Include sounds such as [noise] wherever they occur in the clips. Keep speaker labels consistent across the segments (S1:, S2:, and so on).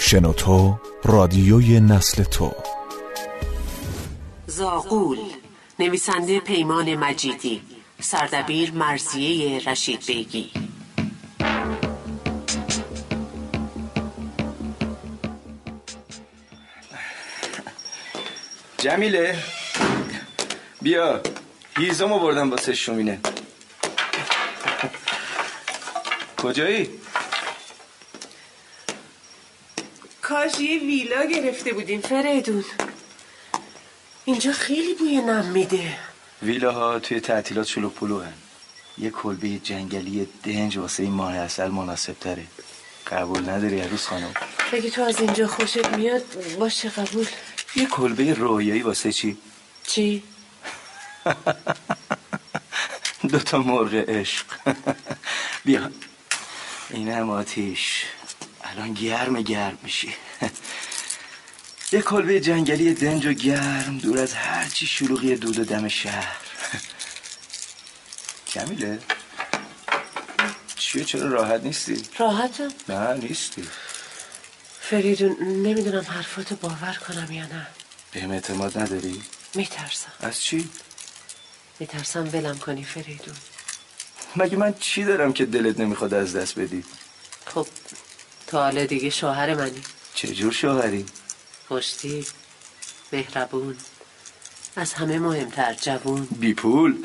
S1: شنوتو رادیوی نسل تو
S2: زاغول نویسنده پیمان مجیدی سردبیر مرزیه رشید بیگی
S3: جمیله بیا هیزم بردم واسه شومینه کجایی؟
S2: کاش یه ویلا گرفته بودیم فریدون اینجا خیلی بوی نم میده
S3: ویلاها توی تعطیلات شلوغ پلوهن یه کلبه جنگلی دنج واسه این ماه اصل مناسب تره قبول نداری عروس خانم
S2: اگه تو از اینجا خوشت میاد باشه قبول
S3: یه کلبه رویایی واسه چی؟
S2: چی؟
S3: دوتا مرغ عشق بیا اینم آتیش الان گرم گرم میشی یه کلبه جنگلی دنج و گرم دور از هرچی شلوغی دود و دم شهر جمیله چیه چرا راحت نیستی؟
S2: راحتم
S3: نه نیستی
S2: فریدون نمیدونم حرفاتو باور کنم یا نه
S3: بهم اعتماد نداری؟
S2: میترسم
S3: از چی؟
S2: میترسم ولم کنی فریدون
S3: مگه من چی دارم که دلت نمیخواد از دست بدی؟
S2: خب تا حالا دیگه شوهر منی
S3: چجور شوهری؟
S2: خوشتی مهربون از همه مهمتر جوون
S3: بی پول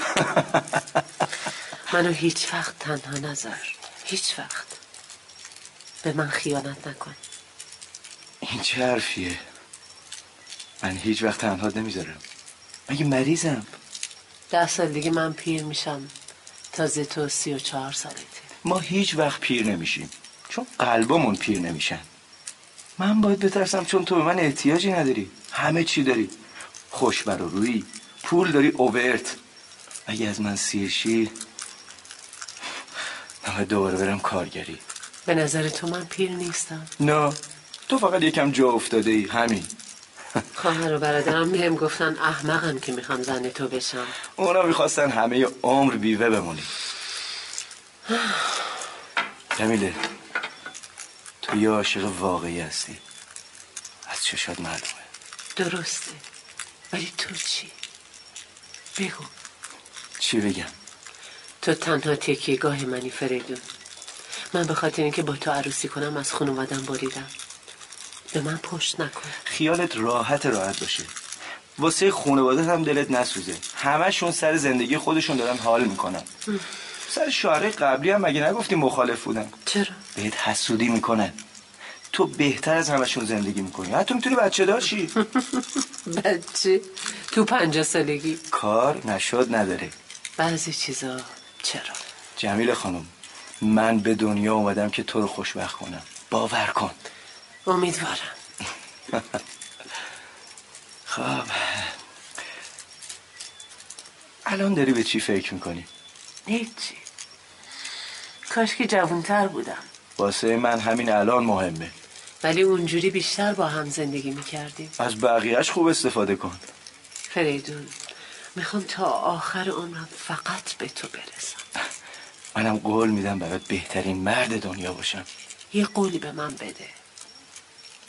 S2: منو هیچ وقت تنها نذار هیچ وقت به من خیانت نکن
S3: این چه حرفیه من هیچ وقت تنها نمیذارم مگه مریضم
S2: ده سال دیگه من پیر میشم تازه تو سی و چهار سالته
S3: ما هیچ وقت پیر نمیشیم چون قلبامون پیر نمیشن من باید بترسم چون تو به من احتیاجی نداری همه چی داری خوشبر و روی پول داری اوورت اگه از من سیرشی نمه دوباره برم کارگری
S2: به نظر تو من پیر نیستم
S3: نه تو فقط یکم جا افتاده ای همین
S2: خواهر و برادرم بهم گفتن احمقم که میخوام زن تو بشم
S3: اونا میخواستن همه عمر بیوه بمونی جمیله تو یه عاشق واقعی هستی از چشات معلومه
S2: درسته ولی تو چی؟ بگو
S3: چی بگم
S2: تو تنها تکیهگاه منی فریدون من به خاطر اینکه با تو عروسی کنم از خانوادم بریدم به من پشت نکن
S3: خیالت راحت راحت باشه واسه خانوادت هم دلت نسوزه همشون سر زندگی خودشون دارن حال میکنن سر شعره قبلی هم مگه نگفتی مخالف بودن
S2: چرا؟
S3: بهت حسودی میکنن تو بهتر از همشون زندگی میکنی حتی میتونی بچه داشی
S2: بچه تو پنجاه سالگی
S3: کار نشد نداره
S2: بعضی چیزا چرا؟
S3: جمیل خانم من به دنیا اومدم که تو رو خوشبخت کنم باور کن
S2: امیدوارم
S3: خب الان داری به چی فکر میکنی؟
S2: هیچی کاش که جوانتر بودم
S3: واسه من همین الان مهمه
S2: ولی اونجوری بیشتر با هم زندگی میکردیم
S3: از بقیهش خوب استفاده کن
S2: فریدون میخوام تا آخر عمرم فقط به تو برسم
S3: منم قول میدم برات بهترین مرد دنیا باشم
S2: یه قولی به من بده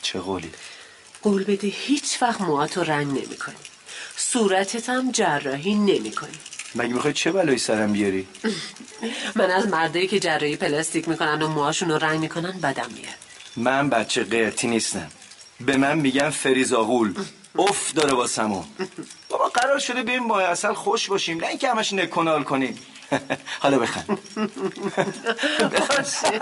S3: چه قولی؟
S2: قول بده هیچ وقت موهاتو رنگ نمی کنی صورتت هم جراحی نمی کنی
S3: مگه میخوای چه بلایی سرم بیاری؟
S2: من از مردایی که جراحی پلاستیک میکنن و موهاشون رو رنگ میکنن بدم میاد
S3: من بچه قرتی نیستم به من میگن فریزاغول اف داره واسمون بابا قرار شده بیایم ماه اصل خوش باشیم نه اینکه همش نکنال کنیم [laughs] حالا بخند
S2: باشه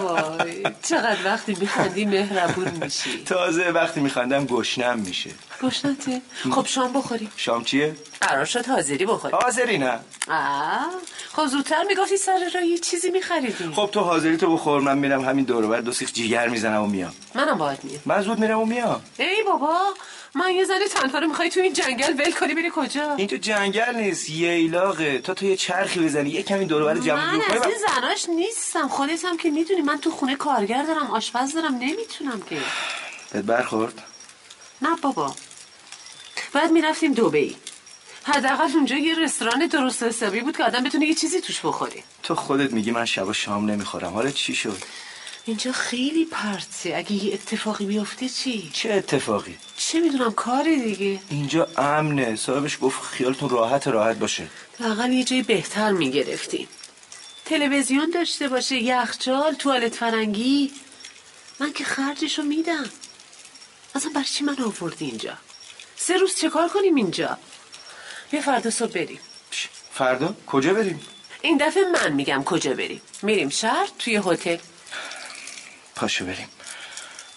S2: وای چقدر وقتی میخندی مهربون میشی
S3: تازه وقتی میخندم گشنم میشه
S2: گشنته خب شام بخوری
S3: شام چیه؟
S2: قرار شد حاضری بخوری
S3: حاضری نه
S2: آه، خب زودتر میگفتی سر راه یه چیزی میخریدی
S3: خب تو حاضری تو بخور من میرم همین دور و بر دو سیخ جیگر میزنم و میام
S2: منم باید میام
S3: من زود میرم و میام
S2: ای بابا من یه زنی تنها رو میخوای تو این جنگل ول کنی بری کجا
S3: این تو جنگل نیست ییلاقه تا تو یه چرخی بزنی یه کمی دور و بر جمع
S2: من
S3: جور کنی
S2: از
S3: و-
S2: این زناش نیستم خودت هم که میدونی من تو خونه کارگر دارم آشپز دارم نمیتونم که
S3: خب، بهت برخورد
S2: نه بابا بعد میرفتیم دوبهی حداقل اونجا یه رستوران درست حسابی بود که آدم بتونه یه چیزی توش بخوری
S3: تو خودت میگی من شبا شام نمیخورم حالا چی شد
S2: اینجا خیلی پرته اگه یه اتفاقی بیفته چی؟
S3: چه اتفاقی
S2: چه میدونم کاره دیگه
S3: اینجا امنه صاحبش گفت خیالتون راحت راحت باشه
S2: لاقل یه جای بهتر میگرفتیم تلویزیون داشته باشه یخچال توالت فرنگی من که خرجشو میدم اصلا برای چی من آوردی اینجا سه روز چه کار کنیم اینجا بیا فردا صبح بریم
S3: ش- فردا کجا بریم
S2: این دفعه من میگم کجا بریم میریم شهر توی هتل
S3: پاشو بریم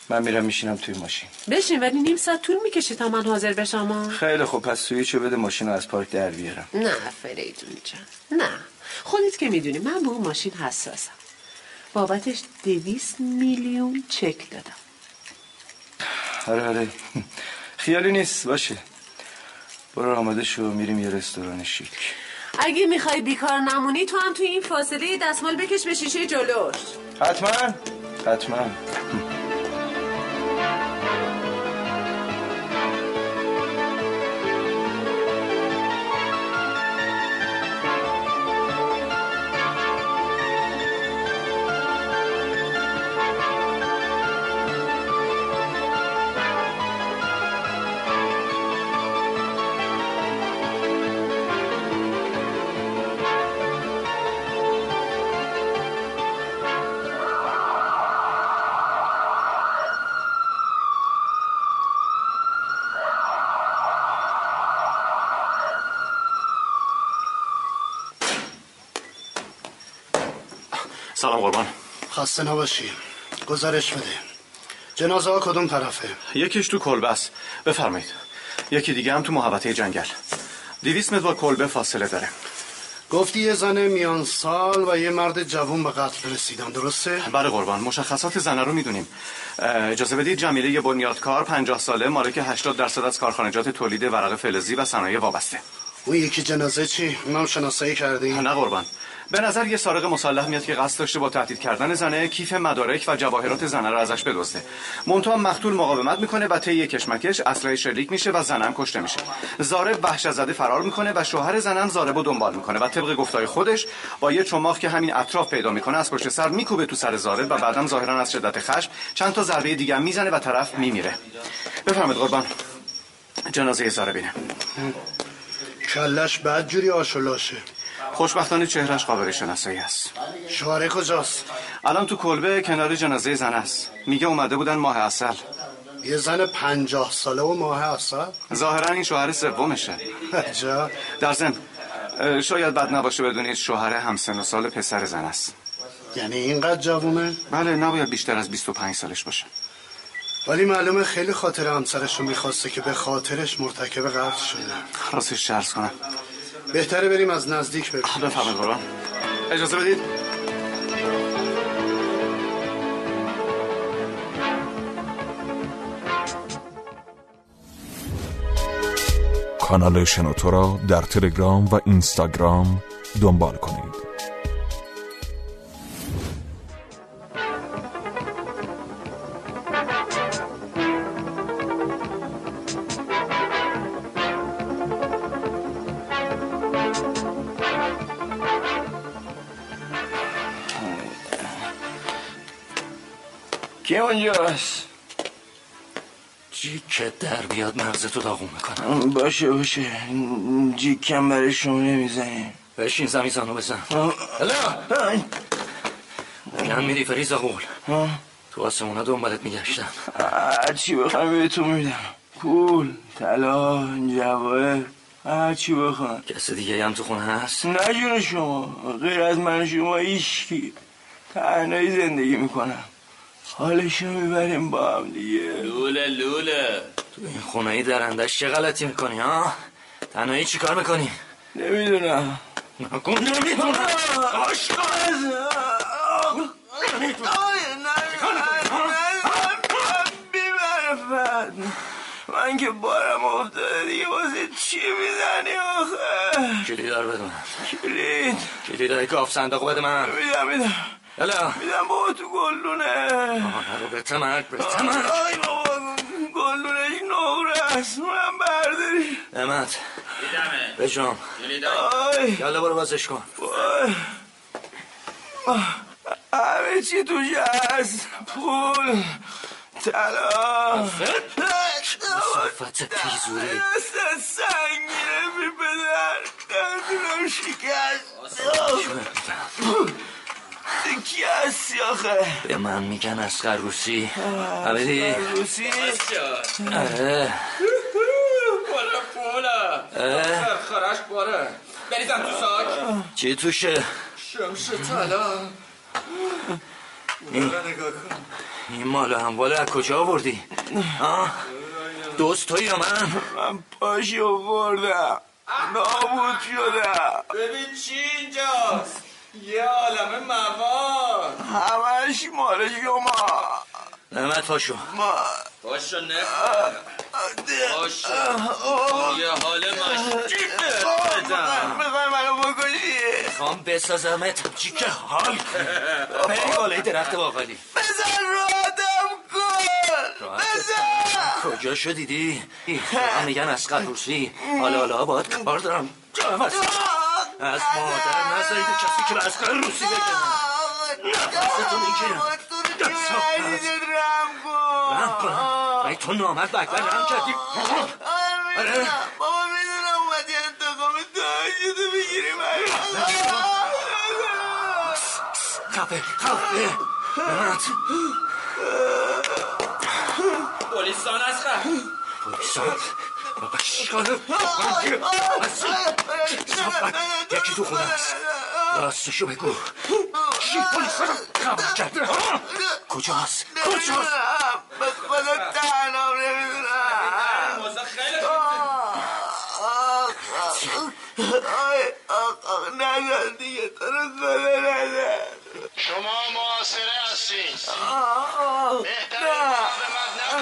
S3: من میرم میشینم توی ماشین
S2: بشین ولی نیم ساعت طول میکشه تا من حاضر بشم آه.
S3: خیلی خوب پس سویچو بده ماشین رو از پارک در بیارم
S2: نه فریدون جان نه خودت که میدونی من به اون ماشین حساسم بابتش دویست میلیون چک دادم
S3: آره آره خیالی نیست باشه برو آماده شو میریم یه رستوران شیک
S2: اگه میخوای بیکار نمونی تو هم توی این فاصله دستمال بکش به شیشه جلوش
S3: حتما حتما
S4: سلام قربان
S5: خسته نباشی گزارش بده جنازه ها کدوم طرفه
S4: یکیش تو کلبه است بفرمایید یکی دیگه هم تو محوطه جنگل دیویس متر با کلبه فاصله داره
S5: گفتی یه زن میان سال و یه مرد جوون به قتل رسیدن درسته؟
S4: بله قربان مشخصات زنه رو میدونیم اه، اجازه بدید جمیله یه بنیادکار 50 ساله مالک 80 درصد از کارخانجات تولید ورق فلزی و صنایع وابسته
S5: اون یکی جنازه چی؟ اونم شناسایی کردی؟
S4: نه قربان به نظر یه سارق مسلح میاد که قصد داشته با تهدید کردن زنه کیف مدارک و جواهرات زنه رو ازش بدزده منتها مقتول مقاومت میکنه و طی کشمکش اسلحه شلیک میشه و زنم کشته میشه زارب وحشت زده فرار میکنه و شوهر زنم زارب رو دنبال میکنه و طبق گفتای خودش با یه چماق که همین اطراف پیدا میکنه از پشت سر میکوبه تو سر زارب و بعدم ظاهرا از شدت خشم چند تا ضربه دیگه هم میزنه و طرف میمیره بفرمایید قربان جنازه زاربینه
S5: کلش بد جوری آشولاشه
S4: خوشبختانه چهرش قابل شناسایی است
S5: شوهره کجاست؟
S4: الان تو کلبه کنار جنازه زن است میگه اومده بودن ماه اصل
S5: یه زن پنجاه ساله و ماه اصل؟
S4: ظاهرا این شوهر سومشه
S5: عجب
S4: در ضمن اه، شاید بد نباشه بدونید شوهر همسن و سال پسر زن است
S5: یعنی اینقدر جوونه؟
S4: بله نباید بیشتر از 25 سالش باشه
S5: ولی معلومه خیلی خاطر همسرش رو میخواسته که به خاطرش مرتکب قتل شده
S4: راستش شرس کنم
S5: بهتره بریم از نزدیک ببینیم
S4: بفرمایید قربان اجازه بدید
S1: کانال شنوتو را در تلگرام و اینستاگرام دنبال کنید
S3: کی اونجاست
S6: جیک که در بیاد مغز تو داغون میکنم
S3: باشه باشه جی کم برای شما نمیزنیم
S6: بشین زمین زانو بزن
S3: هلا
S6: کم میری فریز قول تو آسمونا دنبالت میگشتم
S3: هرچی بخوام به تو میدم پول طلا جواهر هرچی بخوام
S6: کس دیگه هم تو خونه هست
S3: نه جون شما غیر از من و شما ایشکی تنهایی زندگی میکنم حالشو میبریم با هم دیگه
S6: لوله لوله تو این خونه ای درندش چه غلطی میکنی ها تنهایی چی کار میکنی
S3: نمیدونم
S6: نکن نمیتونم
S3: من که بارم افتاده دیگه واسه چی میزنی آخه
S6: کلیدار بدونم
S3: کلید
S6: کلیدای گاف صندوق بده من
S3: میدم میدم
S6: الا
S3: میدم بابا تو گلدونه
S6: آه، نرو به تمک به تمک
S3: آی بابا گلدونش نقره است اونم برداری
S6: نمت به جام
S3: آی
S6: یالا برو بازش کن
S3: وای. آه. همه چی توش هست پول طلا
S6: صفت پیزوری
S3: دست سنگینه بی پدر دندونم شکست کی هستی آخه
S6: به من میگن از خروسی عبدی
S3: روسی
S6: آره
S7: بالا بله، پوله آره، خرش باره بریزم تو ساک
S6: چی توشه
S7: شمش تلا
S6: این مال و هموال از کجا آوردی آه؟ دوست توی یا من
S3: من پاشی خوردم نابود شدم
S7: ببین چی اینجاست یه عالمه مواد
S3: همش مال شما
S6: نمت پاشو
S3: ما
S7: باشو نکن باشو یه حال مشکل بدم
S3: میخوای منو بکشی
S6: میخوام بسازمت چیکه حال کن بری بالای درخت باقالی
S3: بزن راحتم کن بزن
S6: کجا شو دیدی؟ من میگن از روسی حالا حالا باید کار دارم جا عوض. از مادر نزایید کسی که به از روسی بگم نفستو میگیرم دست رو بس.
S3: رم کن
S6: رحم کنم. ای تو نامرد به اکبر رحم کردی
S3: آره
S6: آره.
S3: می‌دونم. بابا میدونم اومدی انتقام تاجیدو بگیری من
S6: خفه خفه نمت
S7: پلیسان از خر
S6: پلیسان بابا شکاله یکی تو خونه است راستشو بگو کی پلیسان خبر کرده ها؟ کجاست کجاست
S3: نمیدونم به خدا تنم نمیدونم
S7: موزه خیلی
S3: آی آخ آخ نزن دیگه تو رو خدا نزن
S8: شما معاصره هستین
S3: آه،
S8: بهتر مقاومت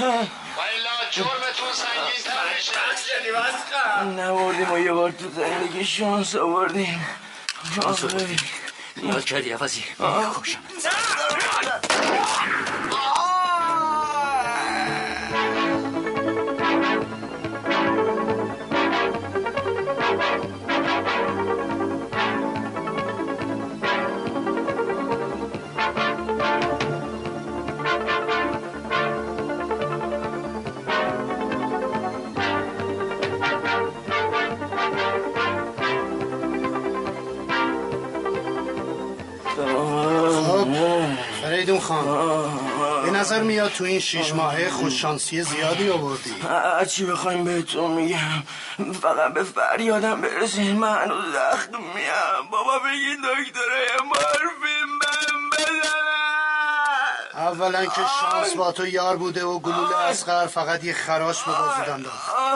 S8: نکنیم و الا جرمتون سنگین تر بشه
S7: شدی از خر
S3: نبردیم و یه بار تو زندگی شانس آوردیم شانس آوردیم
S6: یاد کردی عوضی خوشم
S5: خب، فریدون خان به نظر میاد تو این شیش ماهه خوششانسی زیادی آوردی
S3: هرچی بخوایم بهتون میگم فقط به فریادم برسین من هنوز زخم میم بابا بگی دکتره یه مورفین بهم بزنن
S5: اولا که شانس با تو یار بوده و گلوله اسقر فقط یه خراش به بازیدن داد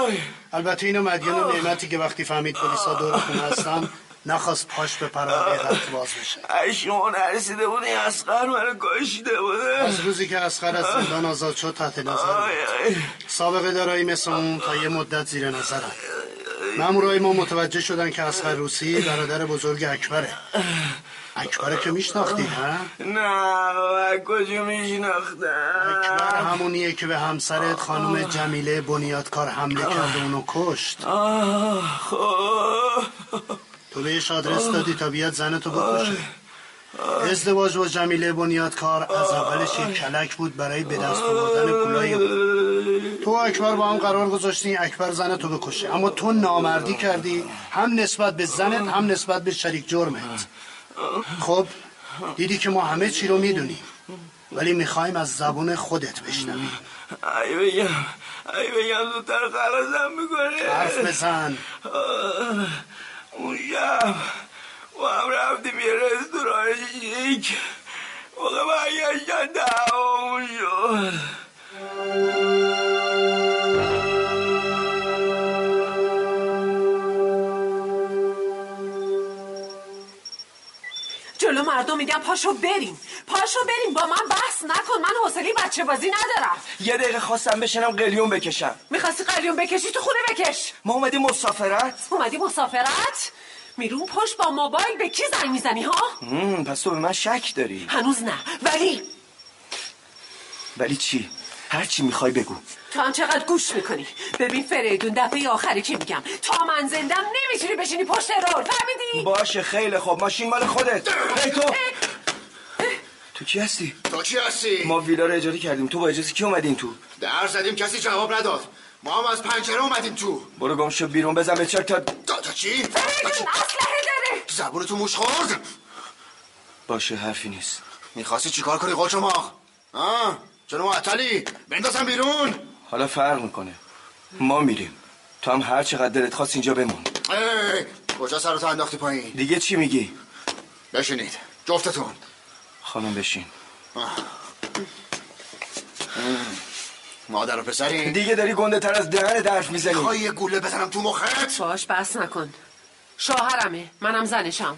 S3: آی
S5: البته اینو مدیون و نعمتی که وقتی فهمید پلیسا دور خونه هستن نخواست پاش به پرانه رفت باز بشه
S3: اشون نرسیده بود این اسقر منو کشیده بوده
S5: از روزی که اسقر از زندان آزاد شد تحت نظر بود.
S3: آی آی
S5: سابقه دارایی مثل اون تا یه مدت زیر نظرن مامورای ما متوجه شدن که اسقر روسی برادر بزرگ اکبره اکبره که میشناختی نه؟
S3: نه بابا کجا میشناختم
S5: اکبر همونیه که به همسرت خانم جمیله بنیادکار حمله کرد و اونو کشت
S3: آه خب
S5: تو بهش آدرس دادی تا بیاد زنتو بکشه ازدواج با جمیله بنیادکار از اولش یک کلک بود برای به دست آوردن پولای او. تو و اکبر با هم قرار گذاشتی اکبر زنتو بکشه اما تو نامردی کردی هم نسبت به زنت هم نسبت به شریک جرمت خب دیدی که ما همه چی رو میدونیم ولی میخوایم از زبون خودت بشنویم
S3: ای بگم ای بگم زودتر خلاصم میکنه
S5: حرف بزن
S3: اون شب ما هم رفتیم یه رستوران شیک موقع برگشتن دعوامون شد
S2: جلو مردم میگم پاشو بریم پاشو بریم با من بحث نکن من حوصله بچه بازی ندارم
S3: یه دقیقه خواستم بشنم قلیون بکشم
S2: میخواستی قلیون بکشی تو خونه بکش
S3: ما اومدیم مسافرت
S2: اومدی مسافرت میرون پشت با موبایل به کی زنگ میزنی ها
S3: مم، پس تو به من شک داری
S2: هنوز نه ولی
S3: ولی چی هر چی میخوای بگو
S2: تو هم چقدر گوش میکنی ببین فریدون دفعه آخری که میگم تا من زندم نمیتونی بشینی پشت رول فهمیدی
S3: باشه خیلی خوب ماشین مال خودت ای تو
S2: اه،
S3: کی هستی؟
S8: تو چی هستی؟
S3: ما ویلا رو اجاره کردیم تو با اجازه کی اومدی این تو؟
S8: در زدیم کسی جواب نداد ما هم از پنجره اومدیم تو
S3: برو گم شو بیرون بزن به چک تا
S8: تا تا چی؟ تا چی؟
S9: فرید اسلحه داره
S8: زبون تو موش خورد
S3: باشه حرفی نیست
S8: میخواستی چیکار کنی قول شما؟ ها؟ چرا معطلی؟ بندازم بیرون
S3: حالا فرق میکنه ما میریم تو هم هر چقدر دلت خواست اینجا بمون
S8: ای کجا سرتو انداختی پایین؟
S3: دیگه چی میگی
S8: بشینید جفتتون
S3: خانم بشین
S8: آه. مادر و پسری
S3: دیگه داری گنده تر از دهن حرف میزنی
S8: میخوای یه گوله بزنم تو مخت
S2: باش بس نکن شوهرمه منم زنشم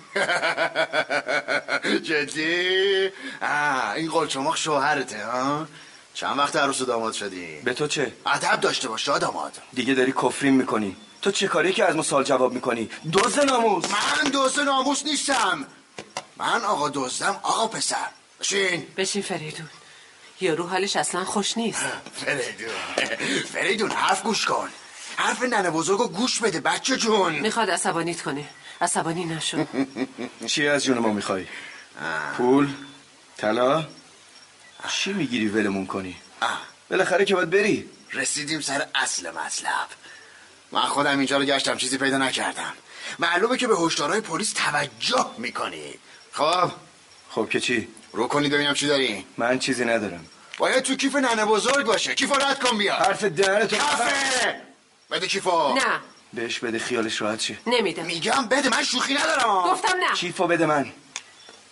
S8: [laughs] جدی آه، این قلچماق شوهرته ها چند وقت عروس و داماد شدی
S3: به تو چه
S8: ادب داشته باش آ داماد
S3: دیگه داری کفرین میکنی تو چه کاری که از ما سال جواب میکنی دوز ناموس
S8: من دوست ناموس نیستم من آقا دزدم آقا پسر بشین
S2: بشین فریدون یارو حالش اصلا خوش نیست
S8: فریدون فریدون حرف گوش کن حرف ننه بزرگو گوش بده بچه جون
S2: میخواد عصبانیت کنه عصبانی نشو
S3: چی از جون ما میخوای پول طلا چی میگیری ولمون کنی
S8: آه.
S3: بالاخره که باید بری
S8: رسیدیم سر اصل مطلب من خودم اینجا رو گشتم چیزی پیدا نکردم معلومه که به هشدارهای پلیس توجه میکنی خب
S3: خب که چی
S8: رو کنید ببینم چی داری
S3: من چیزی ندارم
S8: باید تو کیف ننه بزرگ باشه کیف رد کن بیا
S3: حرف دهنتو
S8: کفه بده کیفو
S2: نه
S3: بهش بده خیالش راحت شه
S2: نمیدم
S8: میگم بده من شوخی ندارم
S2: گفتم نه
S3: کیفو بده من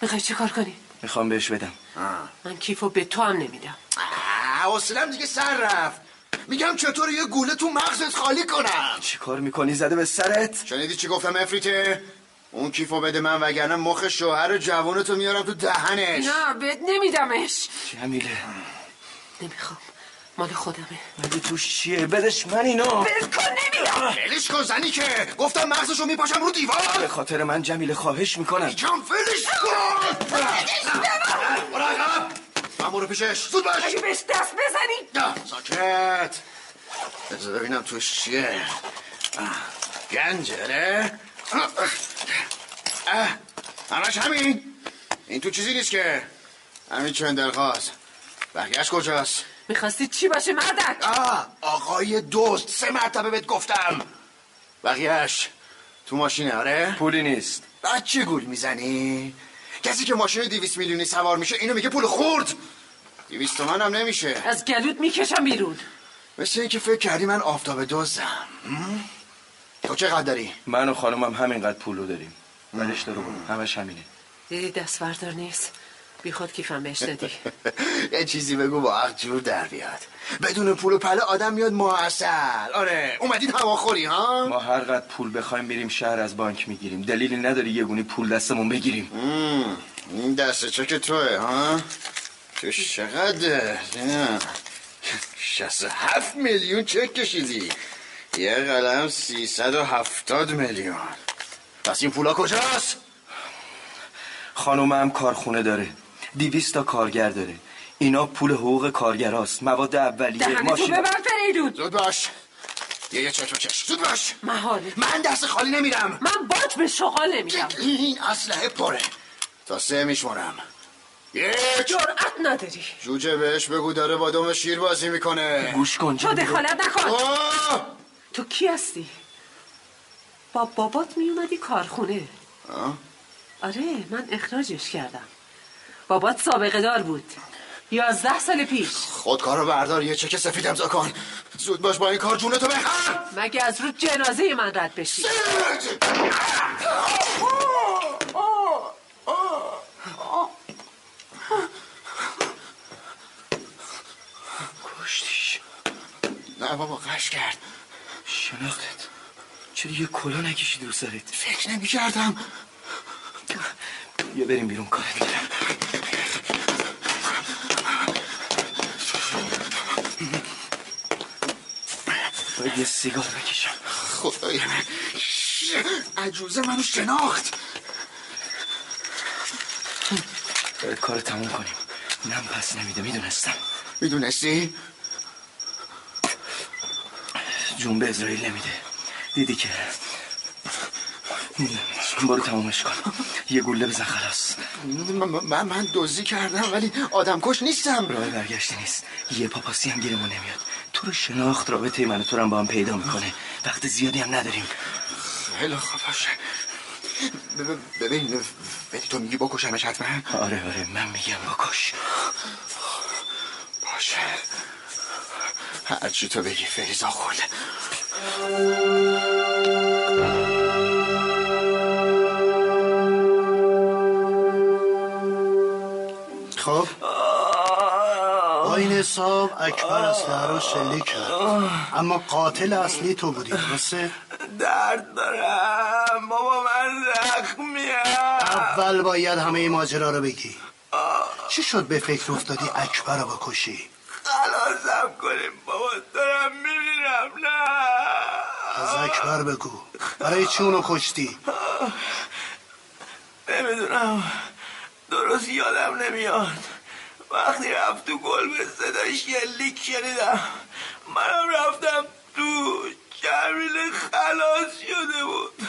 S2: میخوای چه کار کنی
S3: میخوام بهش بدم
S2: من کیفو به تو هم نمیدم
S8: آه، حوصلم دیگه سر رفت میگم چطور یه گوله تو مغزت خالی کنم
S3: چی کار میکنی زده به سرت
S8: شنیدی چی گفتم افریته اون کیفو بده من وگرنه مخ شوهر جوانتو میارم تو دهنش
S2: نه بهت نمیدمش
S3: جمیله
S2: نمیخوام مال خودمه
S3: مگه توش چیه بدش من اینا
S2: بلکن نمیام
S8: ولش کن زنی که گفتم مغزشو میپاشم رو
S3: به
S8: دیوار
S3: خاطر من جمیله خواهش میکنم
S8: میگم ولش کن برو عقب. من برو پیشش زود باش
S2: اگه بهش دست بزنی
S8: نه ساکت بذار ببینم توش چیه آه، گنجره آه، آه، همش همین ah. این تو چیزی نیست که همین چند خواست بقیهش کجاست
S2: میخواستی چی باشه مردک
S8: آه آقای دوست سه مرتبه بهت گفتم بقیهش تو ماشینه آره
S3: پولی نیست
S8: بچه گول میزنی کسی که ماشین دیویس میلیونی سوار میشه اینو میگه پول خورد دیویس تومن هم نمیشه
S2: از گلوت میکشم بیرون
S8: مثل اینکه فکر کردی من آفتاب دوزم تو چقدر [laughs] داری؟
S3: من و خانمم همینقدر پول رو داریم ولش دارو برو همش همینه
S2: دیدی دست بردار نیست بیخود کیفم بهش دادی
S8: یه چیزی بگو با عقل جور در بیاد بدون پول و پله آدم میاد معسل آره اومدید هواخوری ها
S3: ما هر قد پول بخوایم میریم شهر از بانک میگیریم دلیلی نداری یه گونی پول دستمون بگیریم
S8: مم. این دست چک توه ها تو چقدر شست و هفت میلیون چک کشیدی یه قلم سیصد و هفتاد میلیون پس این پولا کجاست؟
S3: خانومم کارخونه داره دیویست تا کارگر داره اینا پول حقوق کارگراست مواد اولیه
S2: دهنتو
S3: ماشین
S2: ببر فریدون
S8: زود باش یه یه چشم چشم زود باش
S2: محاله
S8: من دست خالی نمیرم
S2: من باج به شغال نمیدم
S8: این اسلحه پره تا سه میشمارم یک
S2: جرأت نداری
S8: جوجه بهش بگو داره با دم شیر بازی میکنه
S3: گوش کن
S2: تو دخالت نکن
S8: آه!
S2: تو کی هستی با بابات میومدی کارخونه
S8: آه؟
S2: آره من اخراجش کردم بابات سابقه دار بود یازده سال پیش
S8: خودکار رو بردار یه چک سفید امضا کن زود باش با این کار جونتو بخر
S2: مگه از رو جنازه من رد بشی
S3: کشتیش
S8: نه بابا قش کرد
S3: شناختت چرا یه کلا نکشیدی رو سرت
S8: فکر نمی کردم
S3: بیا بریم بیرون کارت دارم باید یه سیگار بکشم
S8: خدای من عجوزه منو شناخت
S3: باید کار تموم کنیم نم پس نمیده میدونستم
S8: میدونستی؟
S3: جون به اسرائیل نمیده دیدی که میدونم چی. برو تمامش کن یه گوله بزن خلاص
S8: من من دزدی کردم ولی آدم کش نیستم
S3: راه برگشتی نیست یه پاپاسی هم گیرمون نمیاد تو رو شناخت رابطه من و تو رو هم با هم پیدا میکنه وقت زیادی هم نداریم
S8: خیلی خوب باشه بب- ببین ولی تو میگی بکشمش حتما
S3: آره آره من میگم بکش
S8: باشه هرچی تو بگی فریزا خود
S5: خب با این حساب اکبر اسلحه رو شلیک کرد اما قاتل اصلی تو بودی درسته
S6: درد دارم بابا من زخمیم
S5: اول باید همه این ماجرا رو بگی چی شد به فکر افتادی اکبر رو بکشی
S6: خلاصم کنیم بابا دارم میمیرم نه
S5: از اکبر بگو برای چی اونو کشتی
S6: نمیدونم درست یادم نمیاد وقتی رفت تو گل به صداش یلیک شنیدم منم رفتم تو جمیل خلاص شده بود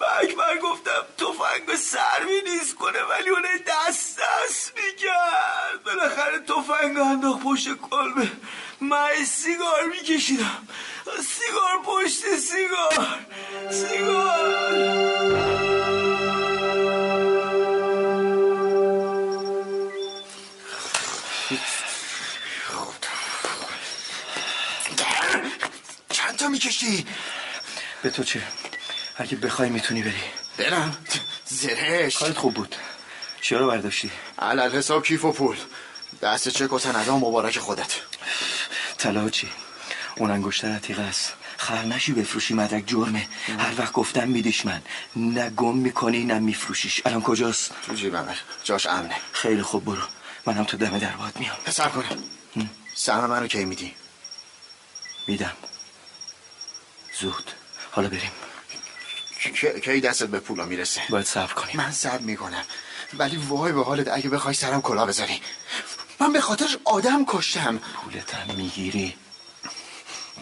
S6: و اکبر گفتم تفنگ سر می نیست کنه ولی اون دست دست میکرد بالاخره تفنگ انداخت پشت کلبه من سیگار میکشیدم سیگار پشت سیگار سیگار
S8: چند تا میکشی
S3: به تو چه اگه بخوای میتونی بری
S8: دلم زرهش
S3: کارت خوب بود چیا رو برداشتی
S8: علل حساب کیف و پول دست چک و سندان مبارک خودت
S3: طلا چی اون انگشتر عتیقه است خر نشی بفروشی مدرک جرمه هر وقت گفتم میدیش من نه گم میکنی نه میفروشیش الان کجاست
S8: تو جیبمه جاش امنه
S3: خیلی خوب برو منم تو دم در باهات میام
S8: حساب کنم سهم منو کی میدی
S3: میدم زود حالا بریم
S8: کی- کی دستت به پولا میرسه
S3: باید صبر کنیم
S8: من صبر میکنم ولی وای به حالت اگه بخوای سرم کلا بذاری من به خاطرش آدم کشتم
S3: پولت هم میگیری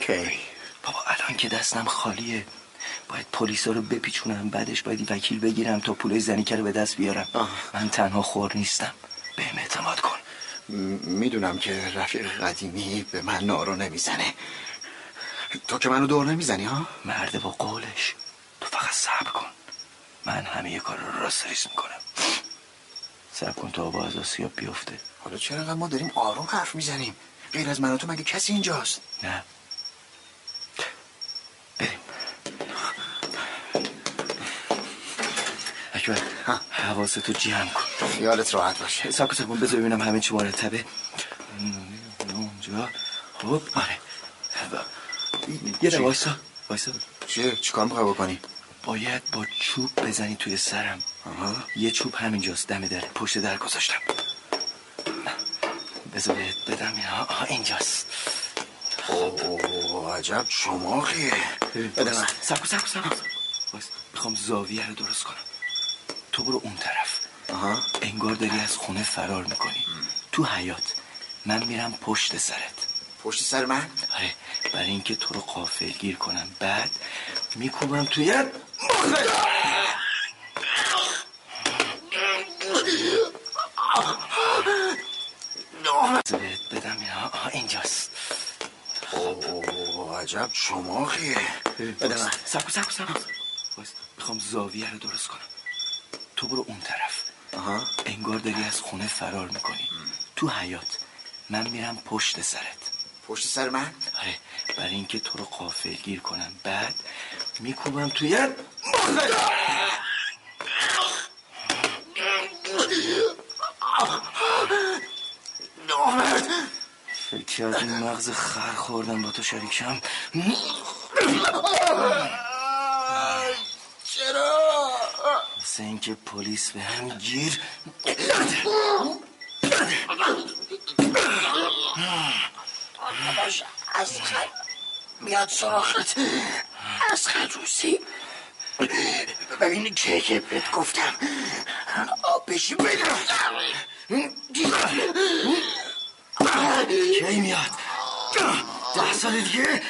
S8: کی
S3: بابا الان که دستم خالیه باید پلیسا رو بپیچونم بعدش باید وکیل بگیرم تا پول زنیکه رو به دست بیارم
S8: آه.
S3: من تنها خور نیستم بهم اعتماد کن
S8: م- میدونم که رفیق قدیمی به من نارو نمیزنه تو که منو دور نمیزنی ها
S3: مرد با قولش تو فقط صبر کن من همه کار رو راست ریس میکنم صبر کن تا آبا از آسیاب بیفته
S8: حالا چرا انقدر ما داریم آروم حرف میزنیم غیر از من و تو مگه کسی اینجاست
S3: نه بریم اکبر حواستو جمع کن
S8: خیالت راحت باشه
S3: حساب کن بذار ببینم همه چی مرتبه اونجا خب آره یه دقیقه وایسا وایسا
S8: چیه چیکار میخوای بکنی
S3: باید با چوب بزنی توی سرم یه چوب همینجاست دم در پشت در گذاشتم بذار بهت بدم اینا آها، اینجاست
S8: اوه عجب چماقیه بده من
S3: سب کن سب کن سب کن وایسا. میخوام زاویه رو درست کنم تو برو اون طرف
S8: آها
S3: انگار داری از خونه فرار میکنی تو حیات من میرم پشت سرت
S8: پشت سر من
S3: آره برای اینکه تو رو قافل گیر کنم بعد میکوبم توی بذار بهت بدم اینا آها، اینجاست
S8: اوه عجب چماقیه بده
S3: بده
S8: من
S3: سب سب میخوام زاویه رو درست کنم تو برو اون طرف
S8: آها
S3: انگار داری از خونه فرار میکنی تو حیات من میرم پشت سرت
S8: پشت سر من
S3: آره برای اینکه تو رو قافل گیر کنم بعد میکوبم توی
S8: نامرد
S3: فکر کردی مغز خر خوردم با تو شریکم
S8: چرا
S3: مثل اینکه پلیس به هم گیر
S8: از میاد سراخت از روسی ببین چه که بهت گفتم آب بشی
S3: کی میاد ده سال دیگه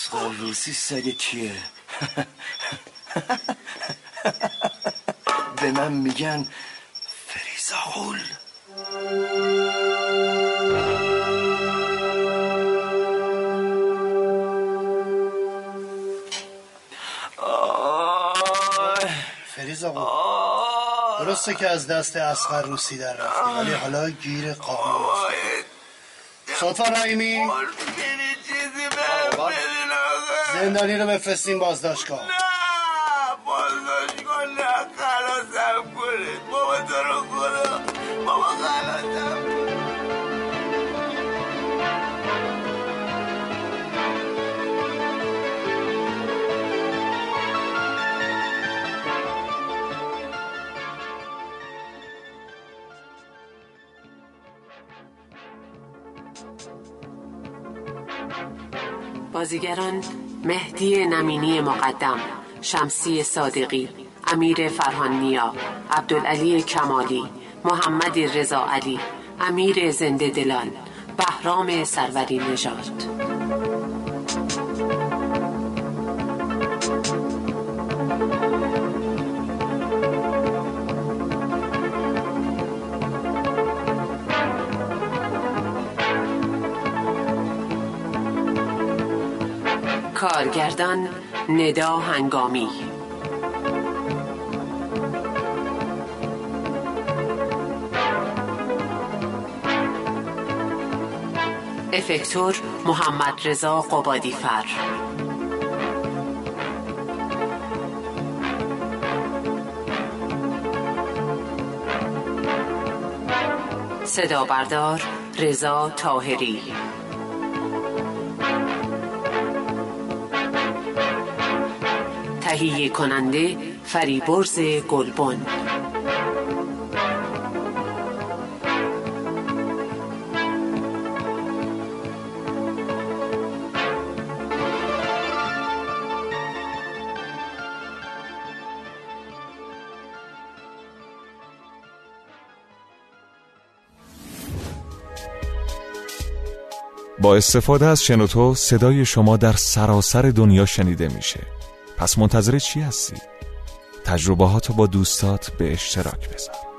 S3: اسقر روسی سگ کیه به من میگن فریزا غول آه.
S5: فریز آقا درسته که از دست اسقر روسی در رفتی ولی حالا گیر قانون افتادی. سلطان رحیمی زندانی رو بفرستیم بازداشتگاه
S2: بازیگران مهدی نمینی مقدم شمسی صادقی امیر فرهان نیا عبدالعلی کمالی محمد رضا علی امیر زنده دلان بهرام سروری نژاد کارگردان ندا هنگامی افکتور محمد رضا قبادی فر صدا بردار رضا تاهری تهیه کننده فریبرز گلبن
S1: با استفاده از شنوتو صدای شما در سراسر دنیا شنیده میشه پس منتظر چی هستی؟ تجربه با دوستات به اشتراک بذار